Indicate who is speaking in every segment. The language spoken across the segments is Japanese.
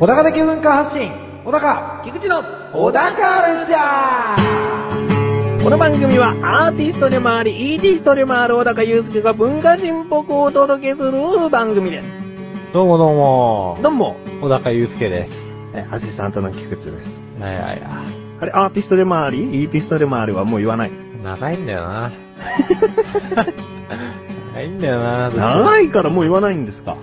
Speaker 1: 小高的文化発信、小高、
Speaker 2: 菊池の
Speaker 1: 小高ルチャ
Speaker 2: この番組はアーティストでもあり、イーティストでもある小高祐介が文化人っぽくお届けする番組です。
Speaker 1: ーどうもどうも、
Speaker 2: どうも、
Speaker 1: 小高祐介です。
Speaker 2: えアシスタントの菊池です。
Speaker 1: いやいや、
Speaker 2: あれ、アーティストでもあり、イーティストでもありはもう言わない。
Speaker 1: 長いんだよな。長いんだよな。
Speaker 2: 長いからもう言わないんですか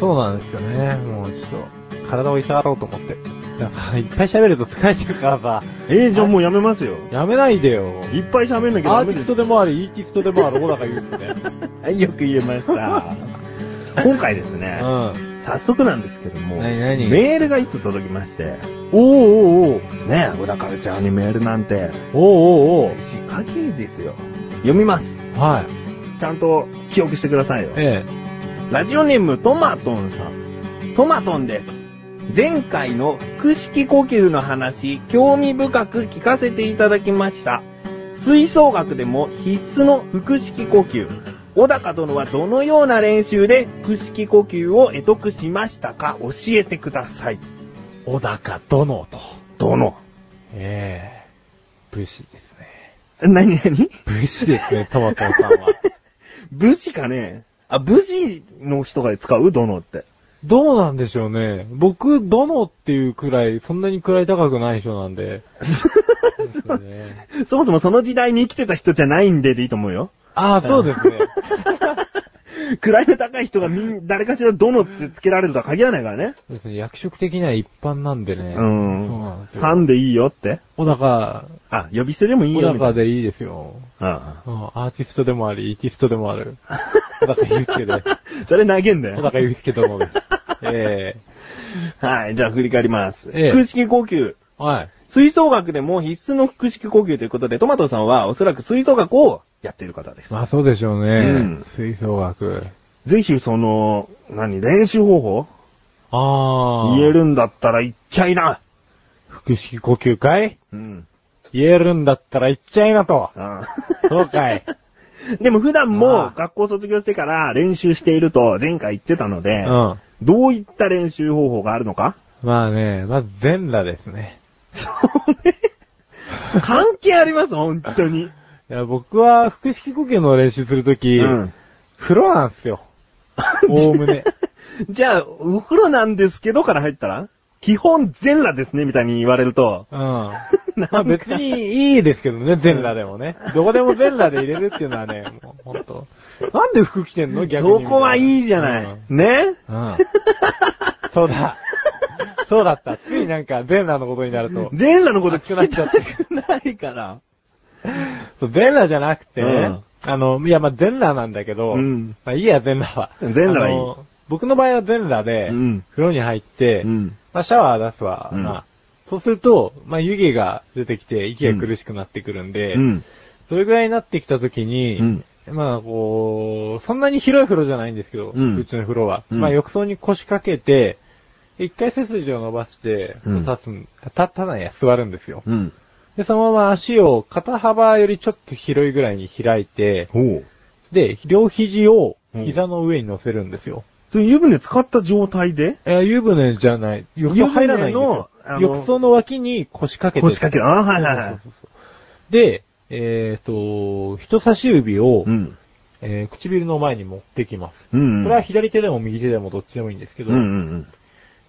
Speaker 1: そうなんですよね。もうちょっと、体をいたわろうと思って。なんか、いっぱい喋ると疲れちゃうからさ、
Speaker 2: えー、じゃあもうやめますよ。
Speaker 1: やめないでよ。
Speaker 2: いっぱい喋んなきゃ
Speaker 1: ア
Speaker 2: ダ
Speaker 1: ーテ
Speaker 2: メ
Speaker 1: ィ
Speaker 2: で
Speaker 1: ス
Speaker 2: す
Speaker 1: ト。でもあり、イーティストでもある小高祐介ね。
Speaker 2: はいよく言えま した。今回です
Speaker 1: う
Speaker 2: ね、
Speaker 1: ん。
Speaker 2: 早速なんですけども、
Speaker 1: 何何
Speaker 2: メールがいつ届きまして、
Speaker 1: おーおーおー。
Speaker 2: ねえ、小高ルちゃんにメールなんて、
Speaker 1: おーおーお
Speaker 2: しかけですよ。読みます。
Speaker 1: ー。はい。
Speaker 2: ちゃんと記憶してくださいよ。
Speaker 1: え
Speaker 2: ラジオネームトマトンさん。トマトンです。前回の腹式呼吸の話、興味深く聞かせていただきました。吹奏楽でも必須の腹式呼吸。小高殿はどのような練習で腹式呼吸を得得しましたか教えてください。
Speaker 1: え。小高殿と。
Speaker 2: 殿。
Speaker 1: ええ。武士ですね。
Speaker 2: なになに
Speaker 1: 武士ですね、トマトさん は。
Speaker 2: 武士かねあ、武士の人が使う殿って。
Speaker 1: どうなんでしょうね。僕、殿っていうくらい、そんなに位高くない人なんで。そうですね
Speaker 2: そもそもその時代に生きてた人じゃないんででいいと思うよ。
Speaker 1: ああ、そうですね。
Speaker 2: 位の高い人がみん、誰かしらどのってつけられるとは限らないからね。
Speaker 1: そうですね役職的には一般なんでね。
Speaker 2: うん
Speaker 1: そうなんですよ。
Speaker 2: 3でいいよって。
Speaker 1: 小高、
Speaker 2: あ、呼び捨てでもいい
Speaker 1: 小
Speaker 2: よみ
Speaker 1: 高
Speaker 2: たいな。
Speaker 1: でいいですよ。
Speaker 2: あ
Speaker 1: うんアーティストでもあり、イーティストでもある。小高祐介 で。
Speaker 2: あそれ投げんだ
Speaker 1: 小
Speaker 2: よ。
Speaker 1: 高祐介どうもです。え
Speaker 2: はい、じゃあ振り返ります。
Speaker 1: ええ
Speaker 2: 腹式呼吸。
Speaker 1: えはい。
Speaker 2: 吹奏楽でも必須の腹式呼吸ということで、トマトさんはおそらく吹奏楽をやっている方です。
Speaker 1: まあそうでしょうね。
Speaker 2: うん
Speaker 1: 吹奏楽。
Speaker 2: ぜひその、何、練習方法
Speaker 1: ああ。
Speaker 2: 言えるんだったら言っちゃいな。
Speaker 1: 腹式呼吸かい
Speaker 2: うん。
Speaker 1: 言えるんだったら言っちゃいなと。
Speaker 2: ああ
Speaker 1: そうか い。
Speaker 2: でも普段
Speaker 1: ああ
Speaker 2: も学校卒業してから練習していると前回言ってたの
Speaker 1: う
Speaker 2: で、
Speaker 1: ん。
Speaker 2: どういった練習方法があるのか
Speaker 1: まあね、まず全裸ですね。
Speaker 2: そうね。 関係あります、本当に。
Speaker 1: いや、僕は腹式呼吸の練習するとき、
Speaker 2: うん
Speaker 1: 風呂なん ですよ。 おおむね。
Speaker 2: じゃあ、お風呂なんですけどから入ったら基本全裸ですね、みたいに言われると。
Speaker 1: うん。まあ別にいいですけどね、全裸でもね。どこでも全裸で入れるっていうのはね、もうほんと。なんで服着てんの逆に。
Speaker 2: そこはいいじゃない。
Speaker 1: うん
Speaker 2: ね
Speaker 1: うん。そうだ。そうだった。ついなんか、全裸のことになると。
Speaker 2: 全裸のこと
Speaker 1: 熱く
Speaker 2: 聞
Speaker 1: なっ
Speaker 2: き
Speaker 1: ちゃ
Speaker 2: た
Speaker 1: って
Speaker 2: くないから。
Speaker 1: そう、全裸じゃなくて、
Speaker 2: うん
Speaker 1: あの、いや、まあ、全裸なんだけど、
Speaker 2: うん
Speaker 1: まあ、いいや、全裸は。
Speaker 2: 全裸はいい
Speaker 1: あの僕の場合は全裸で、
Speaker 2: うん
Speaker 1: 風呂に入って、
Speaker 2: うん
Speaker 1: まあ、シャワー出すわ、
Speaker 2: うん
Speaker 1: まあそうすると、まあ、湯気が出てきて、息が苦しくなってくるんで、
Speaker 2: うん。
Speaker 1: それぐらいになってきた時に、
Speaker 2: うん
Speaker 1: まあ、こう、そんなに広い風呂じゃないんですけど、
Speaker 2: うん
Speaker 1: ちの風呂は。
Speaker 2: うん
Speaker 1: まあ、浴槽に腰掛けて、一回背筋を伸ばして、
Speaker 2: うん
Speaker 1: 立つん、立たないや、座るんですよ。
Speaker 2: うん。
Speaker 1: で、そのまま足を肩幅よりちょっと広いぐらいに開いて、
Speaker 2: ほう。
Speaker 1: で、両肘を膝の上に乗せるんですよ。
Speaker 2: それ湯船使った状態で
Speaker 1: えー湯船じゃない。浴槽入らないんですよ
Speaker 2: 湯船のあ。の
Speaker 1: 浴槽の脇に腰掛けて。
Speaker 2: 腰掛け、ああ、はいはいは
Speaker 1: そう
Speaker 2: い。
Speaker 1: そうそうで、えっ、と、人差し指を、
Speaker 2: うん。
Speaker 1: えー唇の前に持ってきます。
Speaker 2: うん。
Speaker 1: これは左手でも右手でもどっちでもいいんですけ
Speaker 2: う
Speaker 1: ど、
Speaker 2: んうん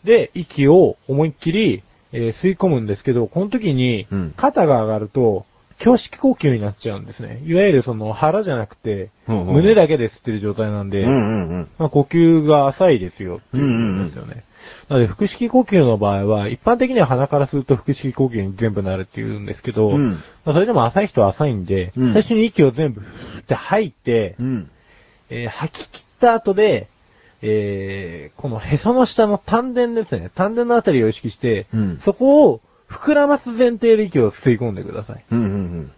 Speaker 1: で、息を思いっきり、えー吸い込むんですけど、この時に
Speaker 2: うん、
Speaker 1: 肩が上がると、胸式呼吸になっちゃうんですね。いわゆるその腹じゃなくて、
Speaker 2: うんうん
Speaker 1: 胸だけで吸ってる状態なん
Speaker 2: う
Speaker 1: で、
Speaker 2: ん。うんうんうん。
Speaker 1: まあ、呼吸が浅いですよ、っていうことですよね。なので、腹式呼吸の場合は、一般的には鼻からすると腹式呼吸に全部なるっていうんですけど、
Speaker 2: うん
Speaker 1: まあ、それでも浅い人は浅いんで、
Speaker 2: うん
Speaker 1: 最初に息を全部、ふーって吐いて、
Speaker 2: うん。
Speaker 1: えー吐き切った後で、えーこのへその下の丹田ですね。丹田のあたりを意識して、
Speaker 2: うん
Speaker 1: そこを膨らます前提で息を吸い込んでください。
Speaker 2: うんうん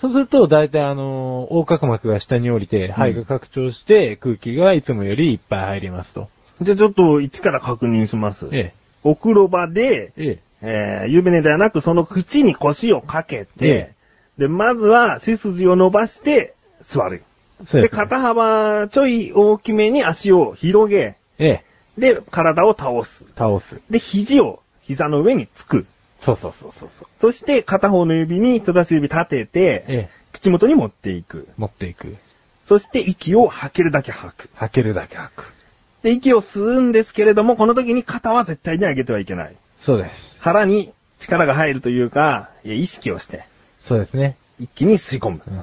Speaker 1: そうすると、だいたいあのー横隔膜が下に降りて、肺が拡張して、空気がいつもよりいっぱい入りますと。
Speaker 2: うん。じゃあちょっと一から確認します。
Speaker 1: え
Speaker 2: お風呂場で、
Speaker 1: え、ええ、
Speaker 2: えー、湯船ではなくその口に腰をかけて、で、まずは背筋を伸ばして座る。
Speaker 1: そうで
Speaker 2: で、
Speaker 1: すね。
Speaker 2: 肩幅ちょい大きめに足を広げ、
Speaker 1: ええ。
Speaker 2: で、体を倒す。
Speaker 1: 倒す。
Speaker 2: で、肘を膝の上につく。
Speaker 1: そうそうそうそうそう。
Speaker 2: そして、片方の指に人差し指立てて、
Speaker 1: ええ。
Speaker 2: 口元に持っていく。
Speaker 1: 持っていく。
Speaker 2: そして、息を吐けるだけ吐く。
Speaker 1: 吐けるだけ吐く。
Speaker 2: で、息を吸うんですけれども、この時に肩は絶対に上げてはいけない。
Speaker 1: そうです。
Speaker 2: 腹に力が入るというか、いや意識をして、
Speaker 1: そうですね。
Speaker 2: 一気に吸い込む。
Speaker 1: うん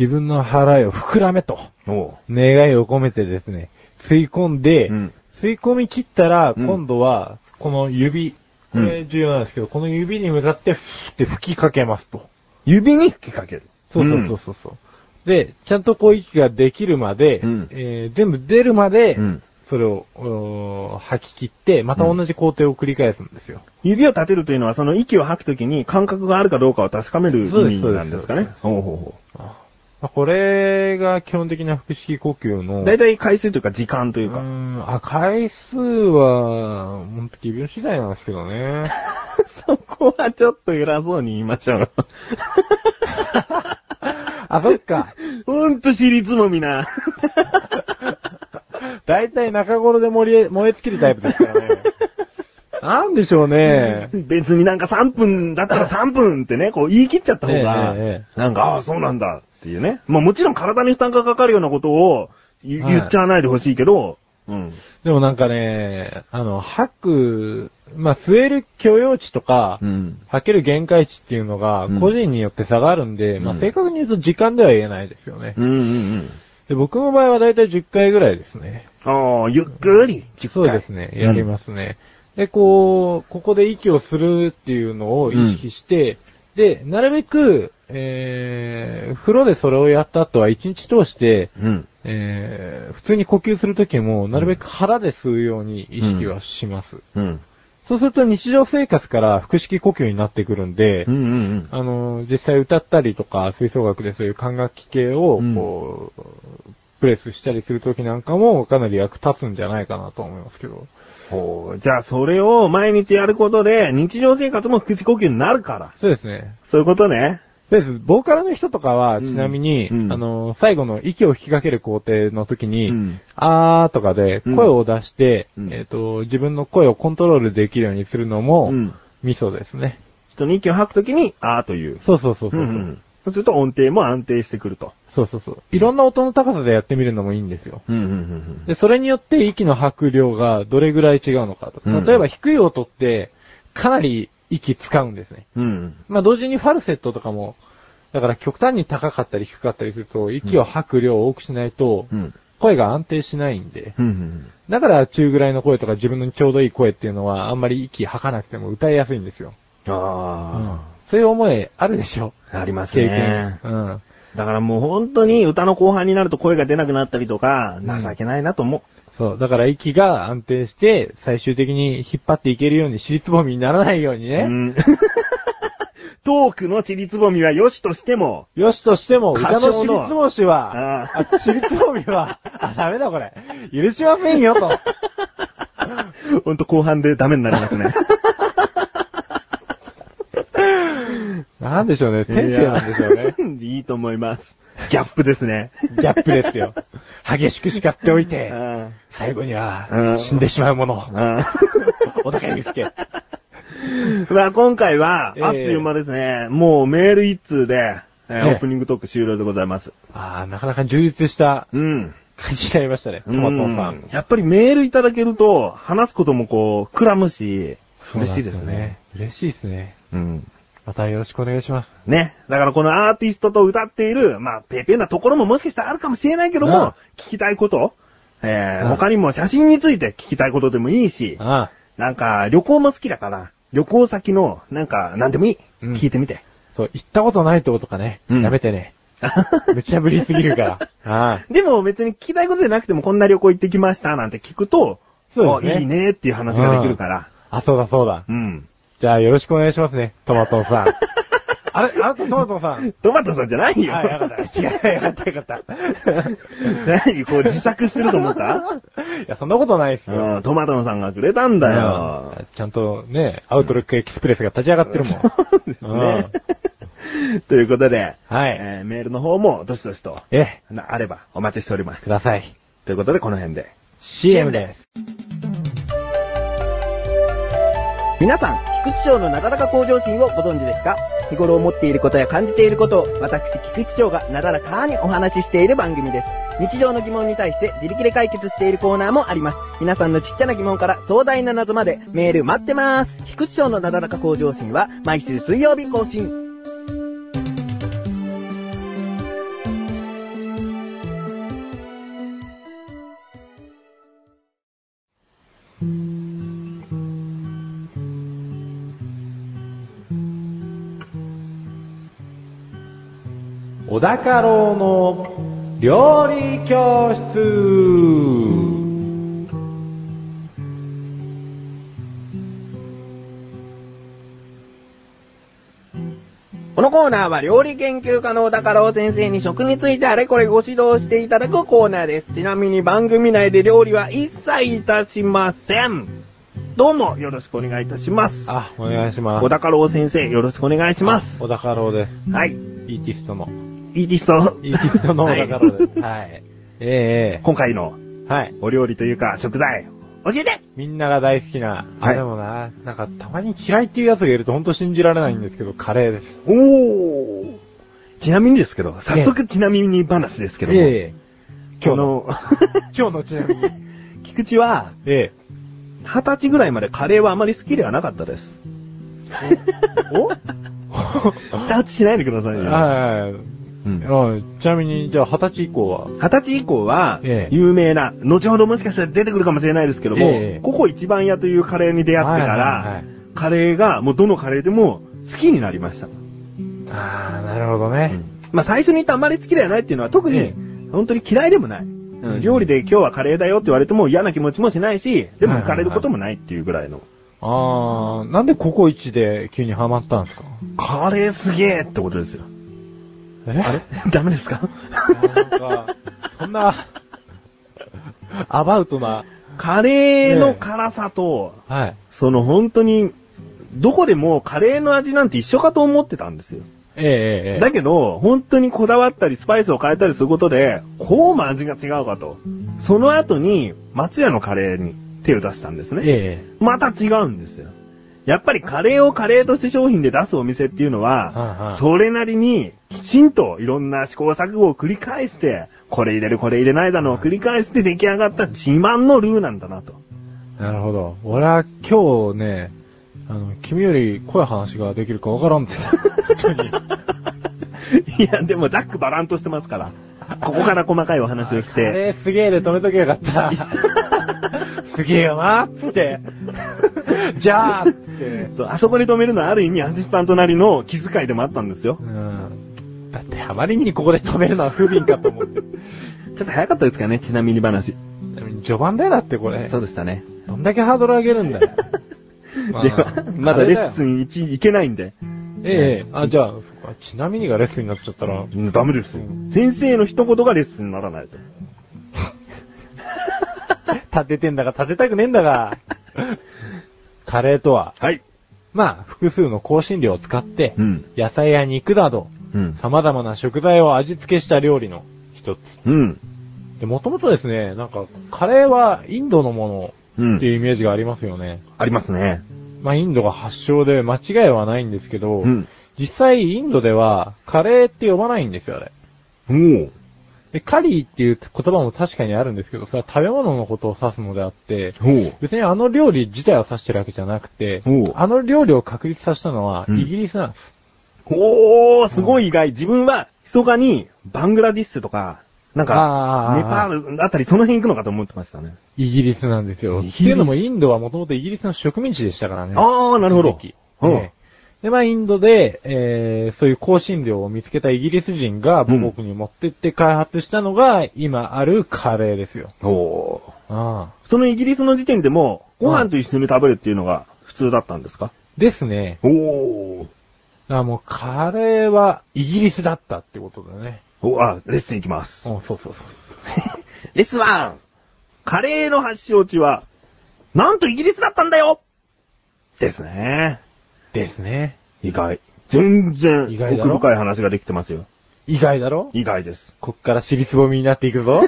Speaker 1: 自分の腹を膨らめと、
Speaker 2: おう。
Speaker 1: 願いを込めてですね、吸い込んで、
Speaker 2: うん
Speaker 1: 吸い込み切ったら、
Speaker 2: うん
Speaker 1: 今度は、この指、これ重要なんですけど、この指に向かって、ふーって吹きかけますと。
Speaker 2: 指に吹きかける。
Speaker 1: そうそうそうそうそう、で、ちゃんとこう息ができるまで、
Speaker 2: うん
Speaker 1: えー全部出るまで、
Speaker 2: うん
Speaker 1: それをおー吐き切って、また同じ工程を繰り返すんですよ。
Speaker 2: 指を立てるというのは、その息を吐くときに感覚があるかどうかを確かめる意味なんですかね。おうほうほ
Speaker 1: まあこれが基本的な腹式呼吸の、
Speaker 2: うだいたい回数というか時間という
Speaker 1: う
Speaker 2: か。
Speaker 1: ん、あ、回数は、ほんと微妙次第なんですけど ね。
Speaker 2: そこはちょっと偉そうに言いましょう。
Speaker 1: あ、そっか。
Speaker 2: ほんと尻つもみな。
Speaker 1: だいたい中頃で燃え、燃え尽きるタイプですから ね。なんでしょうね。
Speaker 2: 別になんか3分 だったら3分ってね、こう言い切っちゃった方が
Speaker 1: えええ、
Speaker 2: なんか、ああ、そうなんだっていうね。まあもちろん体に負担がかかるようなことを言
Speaker 1: はい
Speaker 2: 言っちゃわないでほしいけど、うん。
Speaker 1: でもなんかね、あの、吐く、まあ、吸える許容値とか、
Speaker 2: ん。
Speaker 1: 吐ける限界値っていうのが
Speaker 2: うん、
Speaker 1: 個人によって差があるんで、まあ、
Speaker 2: うん
Speaker 1: 正確に言うと時間では言えないですよね。
Speaker 2: うんうんうん。
Speaker 1: で僕の場合はだいたい10回ぐらいですね。
Speaker 2: ああ、ゆっくり、10回。
Speaker 1: そうですね。やりますね。で、こう、ここで息をするっていうのを意識して、で、なるべく、えー、風呂でそれをやった後は一日通して、
Speaker 2: うん。うん。
Speaker 1: えー、普通に呼吸するときも、なるべく腹で吸うように意識はします。
Speaker 2: うん。
Speaker 1: そうすると日常生活から腹式呼吸になってくるんで、
Speaker 2: うんうん
Speaker 1: あの、実際歌ったりとか、吹奏楽でそういう管楽器系を、こう、プレスしたりするときなんかも、かなり役立つんじゃないかなと思いますけど。
Speaker 2: ほう。じゃあ、それを毎日やることで、日常生活も腹式呼吸になるから。
Speaker 1: そうですね。
Speaker 2: そういうことね。
Speaker 1: そうです。ボーカルの人とかは、
Speaker 2: う
Speaker 1: ち
Speaker 2: ん
Speaker 1: なみに、
Speaker 2: うん
Speaker 1: あの、最後の息を吹きかける工程の時に、
Speaker 2: うん
Speaker 1: あーとかで
Speaker 2: うん
Speaker 1: 声を出して、
Speaker 2: うん
Speaker 1: えっ、と、自分の声をコントロールできるようにするのも、
Speaker 2: うん
Speaker 1: ミソですね。
Speaker 2: 人に息を吐くときに、あーという。
Speaker 1: そうそうそうそう。
Speaker 2: んんそうすると音程も安定してくると。
Speaker 1: そうそうそう。いろんな音の高さでやってみるのもいいんですよ。
Speaker 2: うんうんうん
Speaker 1: で、それによって息の吐く量がどれぐらい違うのかと。
Speaker 2: うん
Speaker 1: 例えば低い音って、かなり息使うんですね。
Speaker 2: うん。うん。
Speaker 1: まあ同時にファルセットとかも、だから極端に高かったり低かったりすると、息を吐く量を多くしないと、
Speaker 2: ん。
Speaker 1: 声が安定しないんで、
Speaker 2: うんうん。
Speaker 1: だから中ぐらいの声とか自分のちょうどいい声っていうのは、あんまり息吐かなくても歌いやすいんですよ。うん
Speaker 2: あ
Speaker 1: そういう思いあるでしょ
Speaker 2: あ。あります
Speaker 1: 経
Speaker 2: ね
Speaker 1: 験。。うん。
Speaker 2: だからもう本当に歌の後半になると声が出なくなったりとか、情けないなと思う。
Speaker 1: そう。だから息が安定して、最終的に引っ張っていけるように、尻つぼみにならないようにね。
Speaker 2: うん トークの尻つぼみは良しとしても、
Speaker 1: よしとしても、
Speaker 2: 歌
Speaker 1: 歌
Speaker 2: 唱
Speaker 1: の
Speaker 2: の
Speaker 1: 尻つぼしは、
Speaker 2: あ
Speaker 1: あ、尻つぼみは、あ、ダメだこれ。許しませんよ、と。
Speaker 2: ほんと後半でダメになります ね。
Speaker 1: なんでしょうね。天性なんでしょうね。
Speaker 2: い や。いいと思います。ギャップですね。
Speaker 1: ギャップですよ。激しく叱っておいて。
Speaker 2: あ
Speaker 1: 最後に
Speaker 2: う
Speaker 1: は
Speaker 2: ん、
Speaker 1: 死んでしまうもの
Speaker 2: あ。あ
Speaker 1: 小高祐介。
Speaker 2: あ まあ今回は、
Speaker 1: ええ
Speaker 2: あっという間ですね。もうメール一通で、えー
Speaker 1: ええ
Speaker 2: オープニングトーク終了でございます。
Speaker 1: ああ、なかなか充実した
Speaker 2: うん。
Speaker 1: 感じになりましたね。トマトさ
Speaker 2: うん
Speaker 1: ん。
Speaker 2: やっぱりメールいただけると、話すこともこう、くらむし、嬉しいですね。。
Speaker 1: 嬉しいですね。
Speaker 2: うん。
Speaker 1: またよろしくお願いします。
Speaker 2: ね。だからこのアーティストと歌っている、まあ、ペーペーなところももしかしたらあるかもしれないけど
Speaker 1: う
Speaker 2: も
Speaker 1: ん、
Speaker 2: 聞きたいこと、えー、
Speaker 1: うん
Speaker 2: 他にも写真について聞きたいことでもいいし、
Speaker 1: ああ、
Speaker 2: なんか、旅行も好きだから、旅行先の、なんか、なんでもいい。
Speaker 1: うん
Speaker 2: 聞いて みて。
Speaker 1: そう、行ったことないってことかね。
Speaker 2: うん
Speaker 1: やめてね。無茶ぶりすぎる から。ああ。
Speaker 2: でも別に聞きたいことじゃなくても、こんな旅行行ってきました、なんて聞くと、
Speaker 1: そうですね
Speaker 2: あいいねっていう話ができるから。
Speaker 1: あ、そうだそうだ。
Speaker 2: うん。
Speaker 1: じゃあよろしくお願いしますね、トマトさん。あれあなたトマトさん。
Speaker 2: トマトさんじゃないよ。
Speaker 1: あ、よかった。違う、よかったよかった。
Speaker 2: 何こう自作してると 思った
Speaker 1: いや、そんなことないっすよ。
Speaker 2: うん、トマトさんがくれたんだよ。
Speaker 1: うんちゃんとね、アウトロックエキスプレスが立ち上がってるもん。
Speaker 2: そうですね。ということで、
Speaker 1: はい。
Speaker 2: えーメールの方もどしどしと、
Speaker 1: え、
Speaker 2: なあればお待ちしておりま
Speaker 1: く
Speaker 2: す。
Speaker 1: ださい。
Speaker 2: ということで、この辺で。
Speaker 1: CM です。
Speaker 2: 皆さん、菊池賞のなだらか向上心をご存知ですか日頃思っていることや感じていることを、私、菊池賞がなだらかにお話ししている番組です。日常の疑問に対して自力で解決しているコーナーもあります。皆さんのちっちゃな疑問から壮大な謎までメール待ってます。菊池賞のなだらか向上心は毎週水曜日更新。
Speaker 1: 小高郎の料理教室
Speaker 2: このコーナーは料理研究家の小高郎先生に食についてあれこれご指導していただくコーナーです。ちなみに番組内で料理は一切いたしません。どうもよろしくお願いいたします。
Speaker 1: あ、お願いします。
Speaker 2: 小高郎先生よろしくお願いします。
Speaker 1: 小高郎です。
Speaker 2: はい。
Speaker 1: イーティストの。
Speaker 2: イーティスト。
Speaker 1: イーティストの小高郎です。
Speaker 2: はい
Speaker 1: はい。ええ
Speaker 2: 今回の
Speaker 1: はい。
Speaker 2: お料理というか食材、教えて
Speaker 1: みんなが大好きな、
Speaker 2: は
Speaker 1: あ、
Speaker 2: い
Speaker 1: でもな、なんかたまに嫌いっていうやつがいるとほんと信じられないんですけど、カレーです。
Speaker 2: おー。ちなみにですけど、早速ちなみに話ですけども、
Speaker 1: ええ
Speaker 2: 今日の、
Speaker 1: 今日のちなみに。
Speaker 2: 菊池は、
Speaker 1: ええ
Speaker 2: 二十歳ぐらいまでカレーはあまり好きではなかったです。
Speaker 1: お
Speaker 2: スタートしないでくださいよ。
Speaker 1: はい。
Speaker 2: うん
Speaker 1: うんちなみに、じゃあ、二十歳以降は
Speaker 2: 二十歳以降は
Speaker 1: え、え
Speaker 2: 有名な、後ほどもしかしたら出てくるかもしれないですけども、
Speaker 1: ええ
Speaker 2: ここ一番屋というカレーに出会ってか
Speaker 1: はいはいは
Speaker 2: ら
Speaker 1: い、
Speaker 2: カレーがもうどのカレーでも好きになりました。
Speaker 1: ああ、なるほどね。
Speaker 2: まあ最初に言ったあんまり好きではないっていうのは特
Speaker 1: え
Speaker 2: に本当に嫌いでもない。うん料理で今日はカレーだよって言われても嫌な気持ちもしないし、で
Speaker 1: は
Speaker 2: も
Speaker 1: いはいは
Speaker 2: カ
Speaker 1: い
Speaker 2: レーのこともないっていうぐらいの。
Speaker 1: ああ、なんでココイチで急にハマったんですか
Speaker 2: カレーすげえってことですよ。
Speaker 1: え
Speaker 2: あれ ダメですか
Speaker 1: なんか、そんな、アバウトな、
Speaker 2: カレーの辛さと、
Speaker 1: はい。
Speaker 2: その本当に、どこでもカレーの味なんて一緒かと思ってたんですよ。
Speaker 1: えええええ
Speaker 2: だけど、本当にこだわったりスパイスを変えたりすることで、こうも味が違うかと。その後に、松屋のカレーに手を出したんです
Speaker 1: ええ
Speaker 2: ね。
Speaker 1: え
Speaker 2: また違うんですよ。やっぱりカレーをカレーとして商品で出すお店っていうの
Speaker 1: はいは
Speaker 2: は、
Speaker 1: い
Speaker 2: それなりにきちんといろんな試行錯誤を繰り返して、これ入れるこれ入れないだのを繰り返して出来上がった自慢のルーなんだなと。
Speaker 1: えなるほど。俺は今日ね、あの、君より濃い話ができるかわからん って。本当に。
Speaker 2: いや、でもざっくばらんとしてますから。ここから細かいお話をし
Speaker 1: カ
Speaker 2: て。
Speaker 1: レーすげえで止めとけばよか った。すげえよなって。じゃあって。
Speaker 2: そう、あそこに止めるのはある意味アシスタントなりの気遣いでもあったんですよ
Speaker 1: う。ん。だってあまりにここで止めるのは不憫かと思って。
Speaker 2: ちょっと早かったですかね、ちなみに話。
Speaker 1: 序盤だよだってこれ。
Speaker 2: そうでしたね。
Speaker 1: どんだけハードル上げるんだよ。まあ
Speaker 2: では、まだレッス
Speaker 1: カレーよ
Speaker 2: ン1行けないんで。
Speaker 1: ええあ、じゃあ、そっかちなみにがレッスンになっちゃった ら、
Speaker 2: うんダメですよ。先生の一言がレッスンにならないと。
Speaker 1: 立ててんだか立てたくねえんだ が。カレーとは、
Speaker 2: はい。
Speaker 1: まあ、複数の香辛料を使って、
Speaker 2: うん。
Speaker 1: 野菜や肉など、
Speaker 2: うん。
Speaker 1: 様々な食材を味付けした料理の一つ。
Speaker 2: うん。
Speaker 1: で、もともとですね、なんか、カレーはインドのも
Speaker 2: う
Speaker 1: のってい
Speaker 2: ん。
Speaker 1: うイメージがありますよね。
Speaker 2: ありますね。
Speaker 1: まあ、インドが発祥で間違いはないんですけど、
Speaker 2: うん。
Speaker 1: 実際インドではカレーって呼ばないんですよ、あれ。
Speaker 2: おー
Speaker 1: で、カリーっていう言葉も確かにあるんですけど、それは食べ物のことを指すのであって、
Speaker 2: おー
Speaker 1: 別にあの料理自体を指してるわけじゃなくて
Speaker 2: おう、
Speaker 1: あの料理を確立させたのは
Speaker 2: うん
Speaker 1: イギリスなんです。
Speaker 2: おー、すごい意外。自分は、密かに、バングラディッシュとか、なん
Speaker 1: あ
Speaker 2: か
Speaker 1: ー、
Speaker 2: ネパールあたり、その辺行くのかと思ってましたね。
Speaker 1: イギリスなんですよ。
Speaker 2: イギ
Speaker 1: っ
Speaker 2: リス
Speaker 1: ていうのもインドはもともとイギリスの植民地でしたからね。
Speaker 2: あー、なるほど
Speaker 1: 一時期。
Speaker 2: うん
Speaker 1: ねで、まあ、インドで、えー、そういう香辛料を見つけたイギリス人が母国に持ってって開発したのが、今あるカレーですよ。
Speaker 2: おー。
Speaker 1: ああ。
Speaker 2: そのイギリスの時点でも、ご飯と一緒に食べるっていうのが普通だったんですか
Speaker 1: ですね。
Speaker 2: おー。
Speaker 1: だからもう、カレーはイギリスだったってことだね。
Speaker 2: お、あ、レッスン行きます。
Speaker 1: うん、そうそうそうそう。
Speaker 2: レッスン 1! カレーの発祥地は、なんとイギリスだったんだよですね。
Speaker 1: ですね。
Speaker 2: 意外。全然、
Speaker 1: 意外だ
Speaker 2: 奥
Speaker 1: ろ
Speaker 2: 深い話ができてますよ。
Speaker 1: 意外だろ
Speaker 2: 意外です。
Speaker 1: こっから尻つぼみになっていくぞ。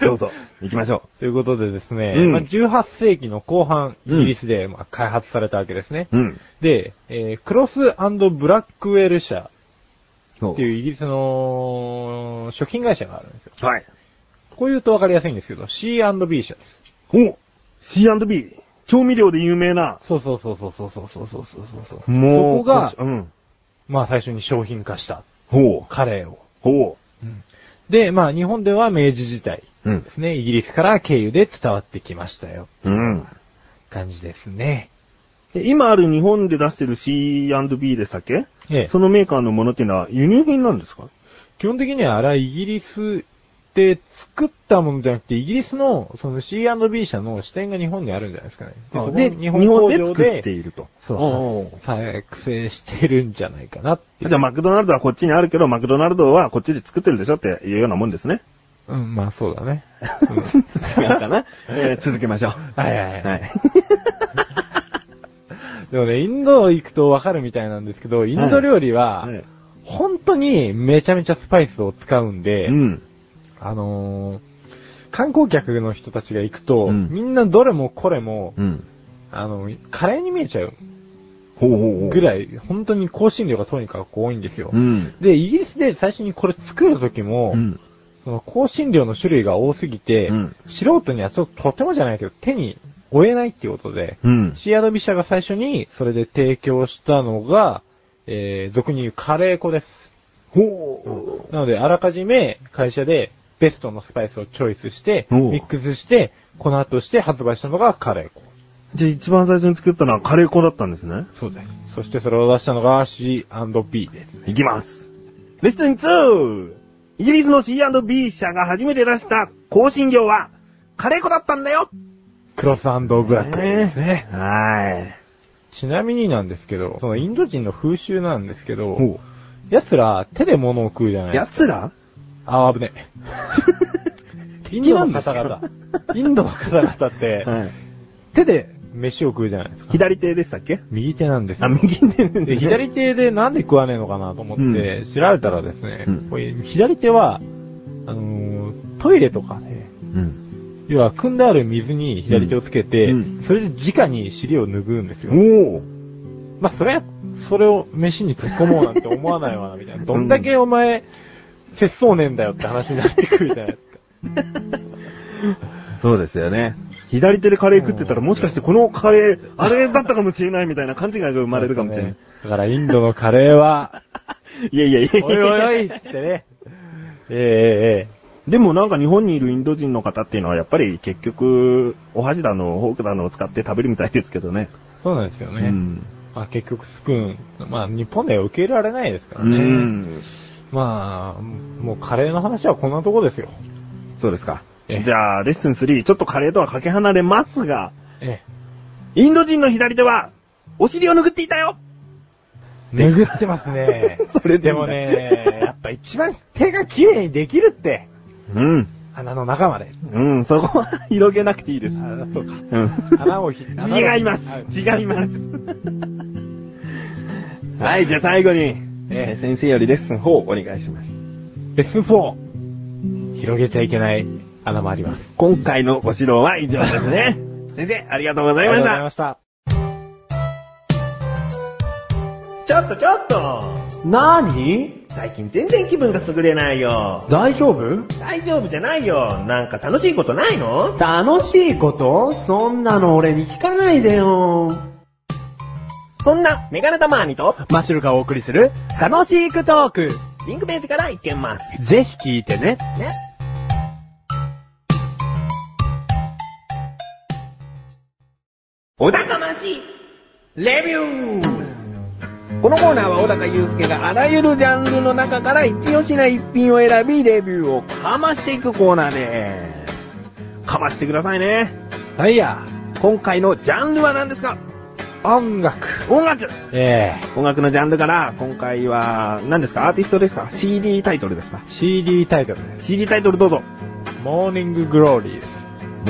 Speaker 2: どうぞ、行きましょ
Speaker 1: ということでですね、
Speaker 2: うん
Speaker 1: まあ、18世紀の後半、イ
Speaker 2: うん
Speaker 1: ギリスで、まあ、開発されたわけですね。
Speaker 2: う。うん。
Speaker 1: で、えークロスブラックウェル社
Speaker 2: そ
Speaker 1: っていうイギリスの食品会社があるんですよ。
Speaker 2: う。はい。
Speaker 1: こう言うとわかりやすいんですけど、C&B 社です。
Speaker 2: お !C&B! 調味料で有名な。
Speaker 1: そうそうそうそうそうそうそうそうそうそう。
Speaker 2: もう。
Speaker 1: そこが、
Speaker 2: うん。
Speaker 1: まあ最初に商品化した
Speaker 2: ほう。
Speaker 1: カレーを。
Speaker 2: ほ
Speaker 1: で、まあ日本では明治時代
Speaker 2: う。うん
Speaker 1: で。すね。イギリスから経由で伝わってきましたよ。
Speaker 2: うん。
Speaker 1: 感じですね。
Speaker 2: で今ある日本で出してる C&B でしたっけ
Speaker 1: ええ
Speaker 2: そのメーカーのものっていうのは輸入品なんですか
Speaker 1: 基本的にはあれはイギリスで作ったものじゃなくて、イギリスのその C&B 社の支店が日本にあるんじゃないですかね。そこ
Speaker 2: で、
Speaker 1: の
Speaker 2: 日本で作
Speaker 1: で
Speaker 2: っていると。お
Speaker 1: そ
Speaker 2: う
Speaker 1: う、作成してるんじゃないかなっていう。
Speaker 2: じゃあ、マクドナルドはこっちにあるけど、マクドナルドはこっちで作ってるでしょっていうようなもんですね。
Speaker 1: うん、まあそうだね。
Speaker 2: 違うかな、 えー続けましょう。
Speaker 1: はいはいはい
Speaker 2: い。
Speaker 1: でもね、インド行くとわかるみたいなんですけど、インド料理は、
Speaker 2: はい
Speaker 1: 本当にめちゃめちゃスパイスを使うんで、
Speaker 2: うん。
Speaker 1: あのー観光客の人たちが行くと、
Speaker 2: うん
Speaker 1: みんなどれもこれも、
Speaker 2: うん。
Speaker 1: あの、カレーに見えちゃう
Speaker 2: ほうほうほう。
Speaker 1: ぐ
Speaker 2: い。
Speaker 1: らい、本当に香辛料がとにかく多いんですよ。
Speaker 2: うん。
Speaker 1: で、イギリスで最初にこれ作る時も、
Speaker 2: うん。
Speaker 1: その香辛料の種類が多すぎて、
Speaker 2: うん
Speaker 1: 素人にはちょっととてもじゃないけど手に負えないっていうことで、
Speaker 2: うん。
Speaker 1: シアドビ社が最初にそれで提供したのが、えー、俗に言うカレー粉です。
Speaker 2: ほ
Speaker 1: なので、あらかじめ会社でベストのスパイスをチョイスして、
Speaker 2: おう
Speaker 1: ミックスして、粉として発売したのがカレー粉。
Speaker 2: う。じゃあ、一番最初に作ったのはカレー粉だったんですね。
Speaker 1: そうです。そしてそれを出したのが C&B です。
Speaker 2: いきます。レッスン 2! イギリスの C&B 社が初めて出した香辛料は、カレー粉だったんだよ
Speaker 1: クロスブラックですね。
Speaker 2: ね。は
Speaker 1: ちなみになんですけど、そのインド人の風習なんですけ
Speaker 2: い。
Speaker 1: ど、奴ら手で物を食うじゃない
Speaker 2: 奴ら
Speaker 1: ああ、危ねえ。インドの方々。インドの方々 って、
Speaker 2: はい。
Speaker 1: 手で飯を食うじゃないですか。
Speaker 2: 左手でしたっけ
Speaker 1: 右手なんです
Speaker 2: あ、
Speaker 1: よ。
Speaker 2: 右手
Speaker 1: で、左手でなんで食わねえのかなと思って調べたらですね、
Speaker 2: うん
Speaker 1: これ左手は、あのートイレとかね、
Speaker 2: うん。
Speaker 1: 要は汲んである水に左手をつけて、
Speaker 2: うん
Speaker 1: それで直に尻を拭うんですよ。
Speaker 2: お
Speaker 1: まあ、それは、それを飯に突っ込もうなんて思わないわな、みたいな。どんだけお前、節操ねえんだよって話になってくるじゃないですか。
Speaker 2: そうですよね。左手でカレー食ってたら、もしかしてこのカレー、あれだったかもしれないみたいな勘違いが生まれるかもしれない。
Speaker 1: だからインドのカレーは、
Speaker 2: いやいやいや
Speaker 1: おいおいおいっつって ね。ええええ
Speaker 2: でもなんか日本にいるインド人の方っていうのはやっぱり結局、お箸だの、フォークだのを使って食べるみたいですけどね。
Speaker 1: そうなんですよね。
Speaker 2: うん。
Speaker 1: まあ結局スプーン、まあ日本では受け入れられないですか
Speaker 2: う
Speaker 1: らね。
Speaker 2: ん。
Speaker 1: まあ、もうカレーの話はこんなとこですよ。
Speaker 2: そうですか。
Speaker 1: ええ
Speaker 2: じゃあ、レッスン3、ちょっとカレーとはかけ離れますが、
Speaker 1: え
Speaker 2: インド人の左手は、お尻を拭っていたよ。
Speaker 1: え。拭ってます ね
Speaker 2: それで
Speaker 1: で
Speaker 2: も
Speaker 1: も
Speaker 2: ね
Speaker 1: ね、やっぱ一番手が綺麗にできるって。
Speaker 2: うん。
Speaker 1: 鼻の中まで。
Speaker 2: うん、そこは広げなくていいです。
Speaker 1: あそうか。
Speaker 2: うん。
Speaker 1: 穴 をひ、
Speaker 2: 違います違いますはい、じゃあ最後に、
Speaker 1: ええ
Speaker 2: 先生よりレッスン4をお願いします。
Speaker 1: レッスン 4! 広げちゃいけない穴もあります。
Speaker 2: 今回のご指導は以上です ね。先生、ありがとうございまし
Speaker 1: ありがとうございました。
Speaker 2: た。ちょっとちょっと
Speaker 1: なーに
Speaker 2: 最近全然気分が優れないよ。
Speaker 1: 大丈夫
Speaker 2: 大丈夫じゃないよ。なんか楽しいことないの
Speaker 1: 楽しいことそんなの俺に聞かないでよ。
Speaker 2: そんな、メガネタマーニと、
Speaker 1: マシュルがお送りする、楽しいクトーク。
Speaker 2: リンクページから行けます。
Speaker 1: ぜひ聞いてね。
Speaker 2: ね。お高ましいレビューこのコーナーは小高祐介があらゆるジャンルの中から一押しな一品を選び、レビューをかましていくコーナーです。かましてくださいね。
Speaker 1: はいや、
Speaker 2: 今回のジャンルは何ですか
Speaker 1: 音楽。
Speaker 2: 音楽
Speaker 1: ええ
Speaker 2: 音楽のジャンルから、今回は何ですかアーティストですか ?CD タイトルですか
Speaker 1: CD タイトルです。
Speaker 2: ?CD タイトルどうぞ。
Speaker 1: モーニンググローリーです。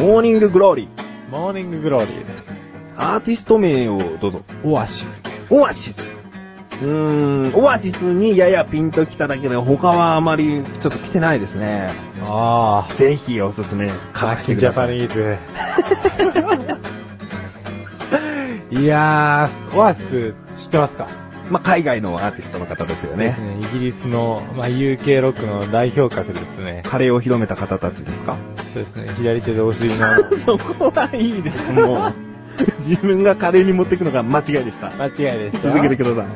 Speaker 2: モーニンググローリー。
Speaker 1: モーニンググローリーです。
Speaker 2: アーティスト名をどうぞ。
Speaker 1: オアシス。
Speaker 2: オアシス。うーん、オアシスにややピンと来ただけで、他はあまりちょっと来てないですね。
Speaker 1: ああ。
Speaker 2: ぜひおすすめ。
Speaker 1: マ
Speaker 2: 隠し
Speaker 1: ッ
Speaker 2: て
Speaker 1: キ
Speaker 2: く
Speaker 1: ジ
Speaker 2: だ
Speaker 1: ャパ
Speaker 2: さい。
Speaker 1: ニー ズ。いやー、オアシス知ってますか
Speaker 2: まあ、海外のアーティストの方ですよ
Speaker 1: で
Speaker 2: ね
Speaker 1: す。ね。イギリスの、まあ、UK ロックの代表格ですね。
Speaker 2: カレーを広めた方たちですか
Speaker 1: そうですね。左手でお 尻の、
Speaker 2: そこはいいです。もう、自分がカレーに持っていくのが間違いでした。
Speaker 1: 間違いでした。
Speaker 2: 続けてくださ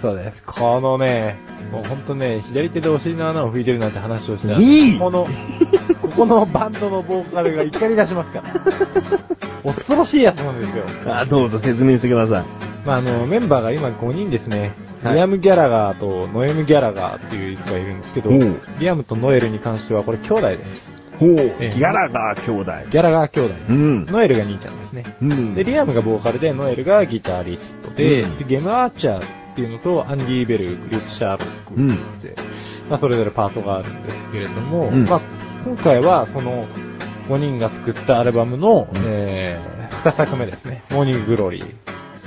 Speaker 1: そうです。このね、もうほんとね、左手でお尻の穴を拭いてるなんて話をしたら、
Speaker 2: いい
Speaker 1: この、ここのバンドのボーカルが怒り出します から。恐ろしいやつなんですよ。
Speaker 2: い。あ、どうぞ説明してください。
Speaker 1: まあ、あの、メンバーが今5人ですね。
Speaker 2: はい
Speaker 1: リアム・ギャラガーとノエム・ギャラガーっていう人がいるんですけど
Speaker 2: おう、
Speaker 1: リアムとノエルに関してはこれ兄弟です。
Speaker 2: ほう、
Speaker 1: ええ
Speaker 2: ギャラガー兄弟。
Speaker 1: ギャラガー兄弟。
Speaker 2: うん。
Speaker 1: ノエルが兄ちゃんですね。
Speaker 2: うん
Speaker 1: で、リアムがボーカルで、ノエルがギタリストで、
Speaker 2: うん
Speaker 1: でゲームアーチャーっていうのと、アンディ・ベル、クリス・シャーロックって、まあ、それぞれパートがあるんですけれども、
Speaker 2: うん
Speaker 1: まあ、今回は、その、5人が作ったアルバムの、
Speaker 2: うん
Speaker 1: えー、2作目ですね。モーニング・グローリー。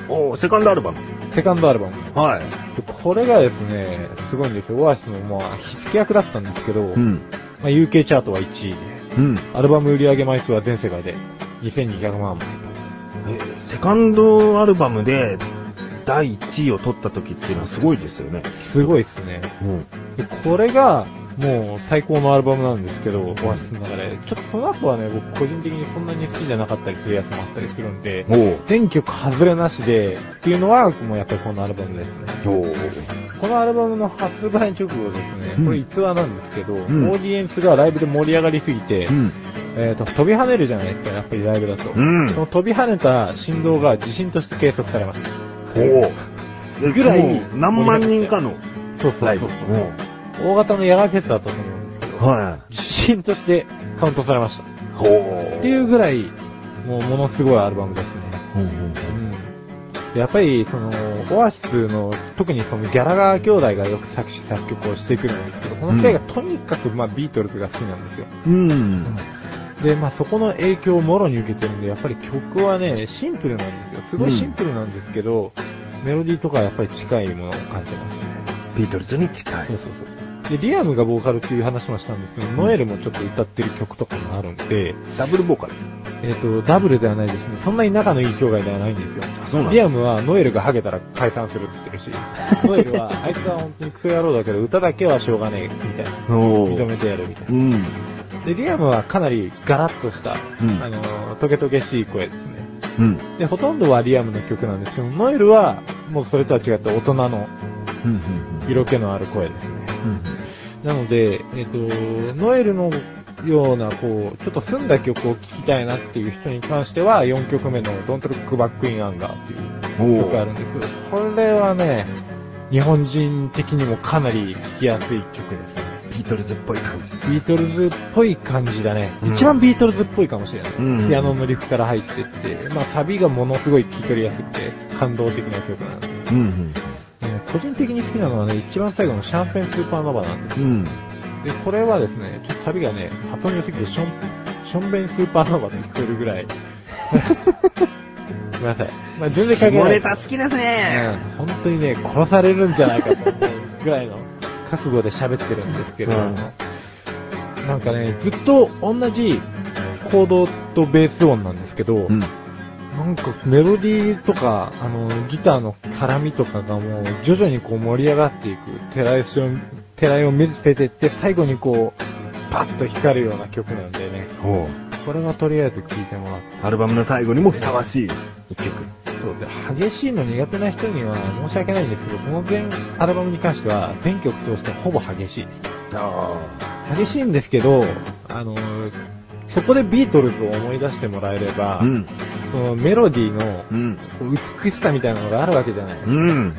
Speaker 2: おーセカンドアルバム。
Speaker 1: セカンドアルバム。
Speaker 2: はい。
Speaker 1: でこれがですね、すごいんですよ。オアシスの、まあ、火付け役だったんですけど、
Speaker 2: ん。
Speaker 1: まあ、UK チャートは1位で、
Speaker 2: うん。
Speaker 1: アルバム売り上げ枚数は全世界で2200万枚。
Speaker 2: セカンドアルバムで第1位を取った時っていうのはすごいですよね。
Speaker 1: すごいですね。
Speaker 2: うん。
Speaker 1: でこれが、もう最高のアルバムなんですけど、オアシスの中で。ちょっとその後はね、僕個人的にそんなに好きじゃなかったりするやつもあったりするんで、
Speaker 2: おう
Speaker 1: 全曲外れなしで、っていうのは、もうやっぱりこのアルバムですね。
Speaker 2: おう
Speaker 1: このアルバムの発売直後ですね
Speaker 2: う、ん
Speaker 1: これ逸話なんですけど、
Speaker 2: ん
Speaker 1: オーディエンスがライブで盛り上がりすぎて、
Speaker 2: ん。
Speaker 1: えっ、と、飛び跳ねるじゃないですか、やっぱりライブだと。
Speaker 2: うん
Speaker 1: その飛び跳ねた振動が地震として計測されました。
Speaker 2: おう
Speaker 1: ぐらい
Speaker 2: もう何万人かの
Speaker 1: そう
Speaker 2: ライブ。おう
Speaker 1: 大型の野外フェスだったと思うんですけど、
Speaker 2: は
Speaker 1: 地震としてカウントされました。
Speaker 2: い。ほう
Speaker 1: っていうぐらい、もうものすごいアルバムですね。うん。やっぱり、その、オアシスの、特にそのギャラガー兄弟がよく作詞作曲をしてくるんですけど、この二人がとにかく、まあ、ビートルズが好きなんですよ。
Speaker 2: うん。
Speaker 1: で、まあ、そこの影響をもろに受けてるんで、やっぱり曲はね、シンプルなんですよ。すごいシンプルなんですけど、メロディーとかやっぱり近いものを感じますね。
Speaker 2: ビートルズに近い
Speaker 1: そう。そうそう。で、リアムがボーカルっていう話もしたんですけど、ノエルもちょっと歌ってる曲とかもあるんで、
Speaker 2: ダブルボーカル。
Speaker 1: えっ、と、ダブルではないですね。そんなに仲のいい兄弟ではないんですよ。
Speaker 2: あ、そうなん
Speaker 1: リ
Speaker 2: だ
Speaker 1: アムはノエルがハゲたら解散するって言って るし、ノエルはあいつは本当にクソ野郎だけど歌だけはしょうがねえみたいな。
Speaker 2: お
Speaker 1: 認めてやるみたいうな。
Speaker 2: ん。
Speaker 1: で、リアムはかなりガラッとした、
Speaker 2: うん
Speaker 1: あの、トゲトゲしい声ですね。
Speaker 2: うん。
Speaker 1: で、ほとんどはリアムの曲なんですけど、ノエルはもうそれとは違って大人の
Speaker 2: うん。
Speaker 1: 色気のある声ですね。
Speaker 2: うん。
Speaker 1: なので、えっ、と、ノエルのような、こう、ちょっと澄んだ曲を聴きたいなっていう人に関しては、4曲目の Don't Look Back in Anger っていう
Speaker 2: お
Speaker 1: 曲があるんですけど、これはね、日本人的にもかなり聴きやすい曲ですね。
Speaker 2: ビートルズっぽい感じ。
Speaker 1: ビートルズっぽい感じだね。
Speaker 2: うん
Speaker 1: 一番ビートルズっぽいかもしれない。
Speaker 2: うん
Speaker 1: ピアノのリフから入ってって、まあサビがものすごい聴き取りやすくて、感動的な曲なんです。
Speaker 2: う
Speaker 1: ね
Speaker 2: ん。
Speaker 1: 個人的に好きなのはね、一番最後のシャンペンスーパーノヴァなんです
Speaker 2: うん。
Speaker 1: で、これはですね、ちょっとサビがね、発音良すぎて、ション、ションベンスーパーノーバーで聞こえるぐらい。 ごめんなさい。まあ、全然関係
Speaker 2: 下
Speaker 1: ない。
Speaker 2: ネタ好きですね。
Speaker 1: うん。本当にね、殺されるんじゃないかと思うぐらいの覚悟で喋ってるんですけれども、なんかね、ずっと同じコードとベース音なんですけど、
Speaker 2: うん。
Speaker 1: なんかメロディーとか、あの、ギターの絡みとかがもう徐々にこう盛り上がっていく、寺石を、寺井を見せてって最後にこう、パッと光るような曲なんでね。
Speaker 2: おう
Speaker 1: これはとりあえず聴いてもらっ
Speaker 2: アルバムの最後にもふさわしい一曲。
Speaker 1: て。そうで、激しいの苦手な人には申し訳ないんですけど、この全アルバムに関しては全曲通してほぼ激しいです。
Speaker 2: あ
Speaker 1: 激しいんですけど、あの、そこでビートルズを思い出してもらえれば、
Speaker 2: うん。
Speaker 1: そのメロディーの
Speaker 2: うん。
Speaker 1: こう美しさみたいなのがあるわけじゃない。
Speaker 2: うん。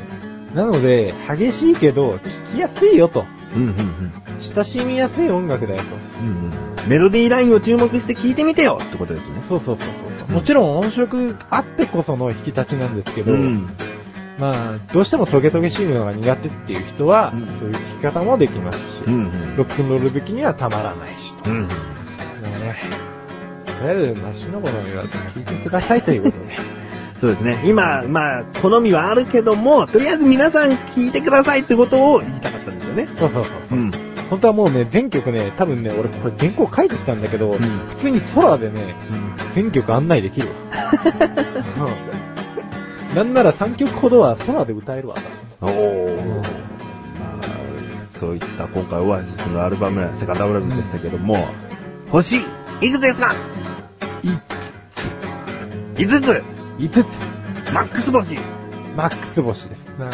Speaker 1: なので、激しいけど、聞きやすいよと。
Speaker 2: うん。うん。
Speaker 1: 親しみやすい音楽だよと。
Speaker 2: うん。メロディーラインを注目して聴いてみてよってことですね。
Speaker 1: そうそうそうそう。もちろん音色あってこその引き立ちなんですけど、
Speaker 2: うん。
Speaker 1: まあ、どうしてもトゲトゲしいのが苦手っていう人は、
Speaker 2: うん
Speaker 1: そういう聴き方もできますし、
Speaker 2: うん。
Speaker 1: ロックンロール好きにはたまらないしと。
Speaker 2: うん。
Speaker 1: もうね、とりあえず、マシノボのようには聞いてくださいということで。
Speaker 2: そうですね。今、まあ、好みはあるけども、とりあえず皆さん聞いてくださいってことを言いたかったんですよね。
Speaker 1: そうそうそうそうう、
Speaker 2: ん。
Speaker 1: 本当はもうね、全曲ね、多分ね、俺これ原稿書いてきたんだけど、
Speaker 2: うん
Speaker 1: 普通に空でね、全曲案内できるわ。うんなんなら3曲ほどは空で歌えるわ。
Speaker 2: おー。まあ、そういった今回オアシスのアルバム、セカンドアルバムでしたけども、星、いくつですか
Speaker 1: い
Speaker 2: ?5 つ、
Speaker 1: 5つ、
Speaker 2: マックス 星。い
Speaker 1: マックス星です。な、何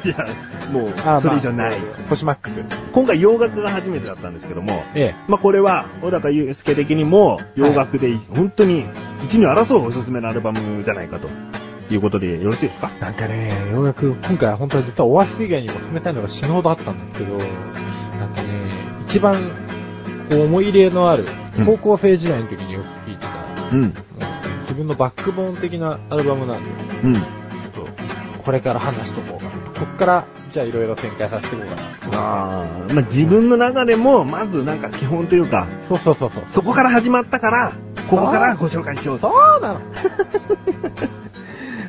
Speaker 1: それ。
Speaker 2: や、も
Speaker 1: ま
Speaker 2: う、それ以上ない。
Speaker 1: 星マックス。
Speaker 2: 今回洋楽が初めてだったんですけども、
Speaker 1: ええ。
Speaker 2: まあこれは、小高祐介的にも、洋楽で本当に一に争うおすすめのアルバムじゃないかということでよろしいですか
Speaker 1: なんかね、ようやく今回本当は実はオアシス以外にも進めたいのが死ぬほどあったんですけど、なんかね、一番こう思い入れのある
Speaker 2: うん、
Speaker 1: 高校生時代の時によく聴いてた、
Speaker 2: うん。
Speaker 1: 自分のバックボーン的なアルバムなんで、
Speaker 2: うん。
Speaker 1: ちょっとこれから話しとこうかな。こっから、じゃあいろいろ展開させていこうかな。
Speaker 2: ああ、まあ自分の中でも、まずなんか基本というか、
Speaker 1: そうそうそうそう。
Speaker 2: そこから始まったから、ここからご紹介しようと
Speaker 1: そうなの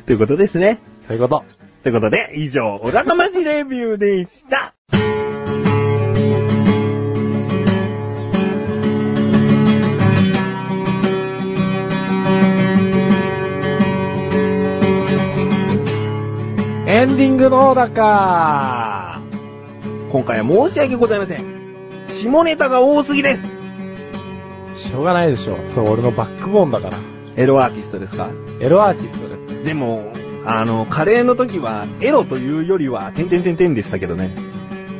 Speaker 2: ということですね。
Speaker 1: そういうこと。
Speaker 2: ということで、以上、小高ましレビューでした。
Speaker 1: エンディングのだか
Speaker 2: 今回は申し訳ございません。下ネタが多すぎです。
Speaker 1: しょうがないでしょ。そう、俺のバックボーンだから。
Speaker 2: エロアーティストですか
Speaker 1: エロアーティストです。
Speaker 2: でも、あの、カレーの時は、エロというよりは、てんてんてんてんでしたけどね。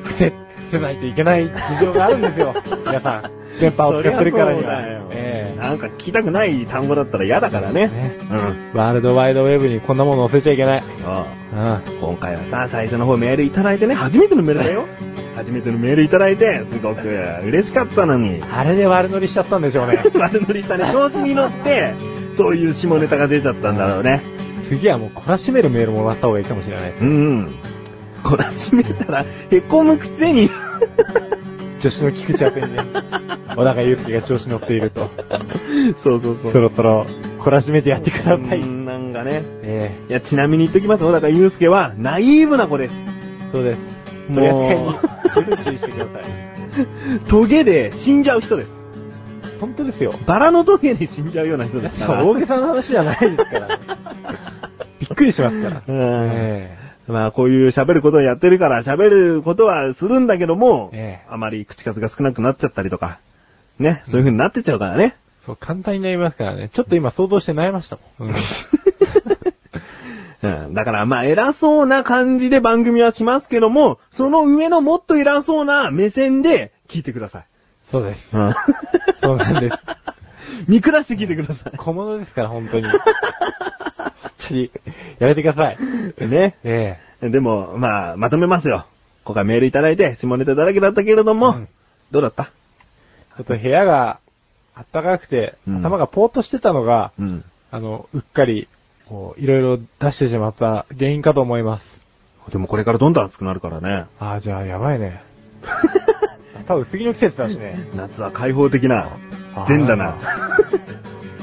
Speaker 1: 伏せ、伏せないといけない事情があるんです よ。皆さん、電波を使ってるからには。
Speaker 2: そりゃそうだよ
Speaker 1: え
Speaker 2: なんか聞きたくない単語だったら嫌だからね。
Speaker 1: ね
Speaker 2: うん。
Speaker 1: えワールドワイドウェブにこんなもの載せちゃいけない。
Speaker 2: そう
Speaker 1: うん。
Speaker 2: 今回はさ、最初の方メールいただいてね、初めてのメールだよ。 初めてのメールいただいて、すごく嬉しかったのに。
Speaker 1: あれで悪乗りしちゃったんでしょうね。
Speaker 2: 丸乗りしたね、調子に乗って、そういう下ネタが出ちゃったんだろうね。
Speaker 1: 次はもう懲らしめるメールもらった方がいいかもしれないです。
Speaker 2: うん。懲らしめたら、へこむくせに。
Speaker 1: 女子の菊池宛てにね、小高祐介が調子乗っていると、
Speaker 2: そうそうそ。
Speaker 1: そうろそろ懲らしめてやってください。
Speaker 2: うんなんかね。
Speaker 1: え
Speaker 2: いや、ちなみに言っときます。小高祐介は、ナイーブな子です。
Speaker 1: えそうです。取り
Speaker 2: も
Speaker 1: 扱いに注意してください。
Speaker 2: トゲで死んじゃう人です。
Speaker 1: 本当ですよ。
Speaker 2: バラのトゲで死んじゃうような人ですから。
Speaker 1: 大げさな話じゃないですから。 びっくりしますから。
Speaker 2: うん
Speaker 1: え
Speaker 2: まあ、こういう喋ることをやってるから、喋ることはするんだけども、
Speaker 1: ええ
Speaker 2: あまり口数が少なくなっちゃったりとか、ね、そういう風になってっちゃうから ね。
Speaker 1: そう、簡単になりますからね。ちょっと今想像して悩ましたもん。
Speaker 2: うん、だから、まあ、偉そうな感じで番組はしますけども、その上のもっと偉そうな目線で聞いてください。
Speaker 1: そうです。
Speaker 2: うん、
Speaker 1: そうなんです。
Speaker 2: 見下して聞いてくださ
Speaker 1: 小物ですから、本当に。本当にやめてください。
Speaker 2: い。ね。
Speaker 1: え
Speaker 2: でも、まあ、まとめますよ。今回メールいただいて、下ネタだらけだったけれども、
Speaker 1: うん
Speaker 2: どうだった
Speaker 1: えちょっと部屋が暖かくて、
Speaker 2: うん
Speaker 1: 頭がポーっとしてたのが、
Speaker 2: うん。
Speaker 1: あの、うっかり、こう、いろいろ出してしまった原因かと思います。
Speaker 2: でもこれからどんどん暑くなるからね。
Speaker 1: ああ、じゃあ、やばいね。 多分、杉の季節だしね。
Speaker 2: 夏は開放的な
Speaker 1: あ、ー
Speaker 2: 善だな。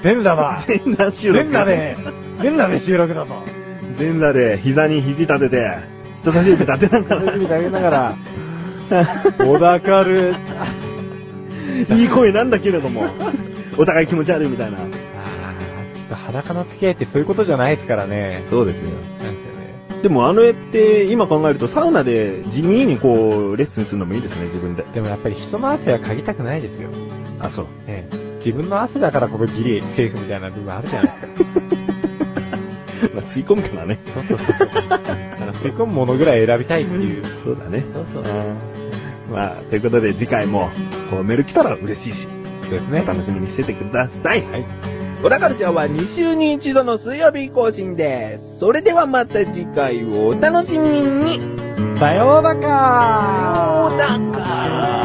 Speaker 1: 全裸だ
Speaker 2: 全裸収録。
Speaker 1: 全裸で、全裸で収録だぞ。
Speaker 2: 全裸で膝に肘立てて、人差し指立てなが
Speaker 1: 楽しみ だ
Speaker 2: ら。
Speaker 1: けながら、小田かる、
Speaker 2: いい声なんだけれども、お互い気持ち悪いみたいな。
Speaker 1: あーちょっと裸の付き合いってそういうことじゃないですからね。
Speaker 2: そうですよ。
Speaker 1: なんですよね。
Speaker 2: でもあの絵って今考えるとサウナで地味にこうレッスンするのもいいですね、自分で。
Speaker 1: でもやっぱり人の汗は嗅ぎたくないですよ。
Speaker 2: あ、そう。
Speaker 1: ね、自分の汗だからここギリセーフみたいな部分あるじゃないですか。
Speaker 2: まあ、吸い込むからね。
Speaker 1: そうそうそうそう。あの、吸い込むものぐらい選びたいっていう。
Speaker 2: そうだね。
Speaker 1: そうそううん
Speaker 2: まあ、ということで次回もこうメール来たら嬉しいし、
Speaker 1: です
Speaker 2: お
Speaker 1: ね。
Speaker 2: 楽しみにしててください。
Speaker 1: はい。
Speaker 2: 小田カルチャーは2週に1度の水曜日更新です。それではまた次回をお楽しみに。
Speaker 1: さようだか
Speaker 2: 小田か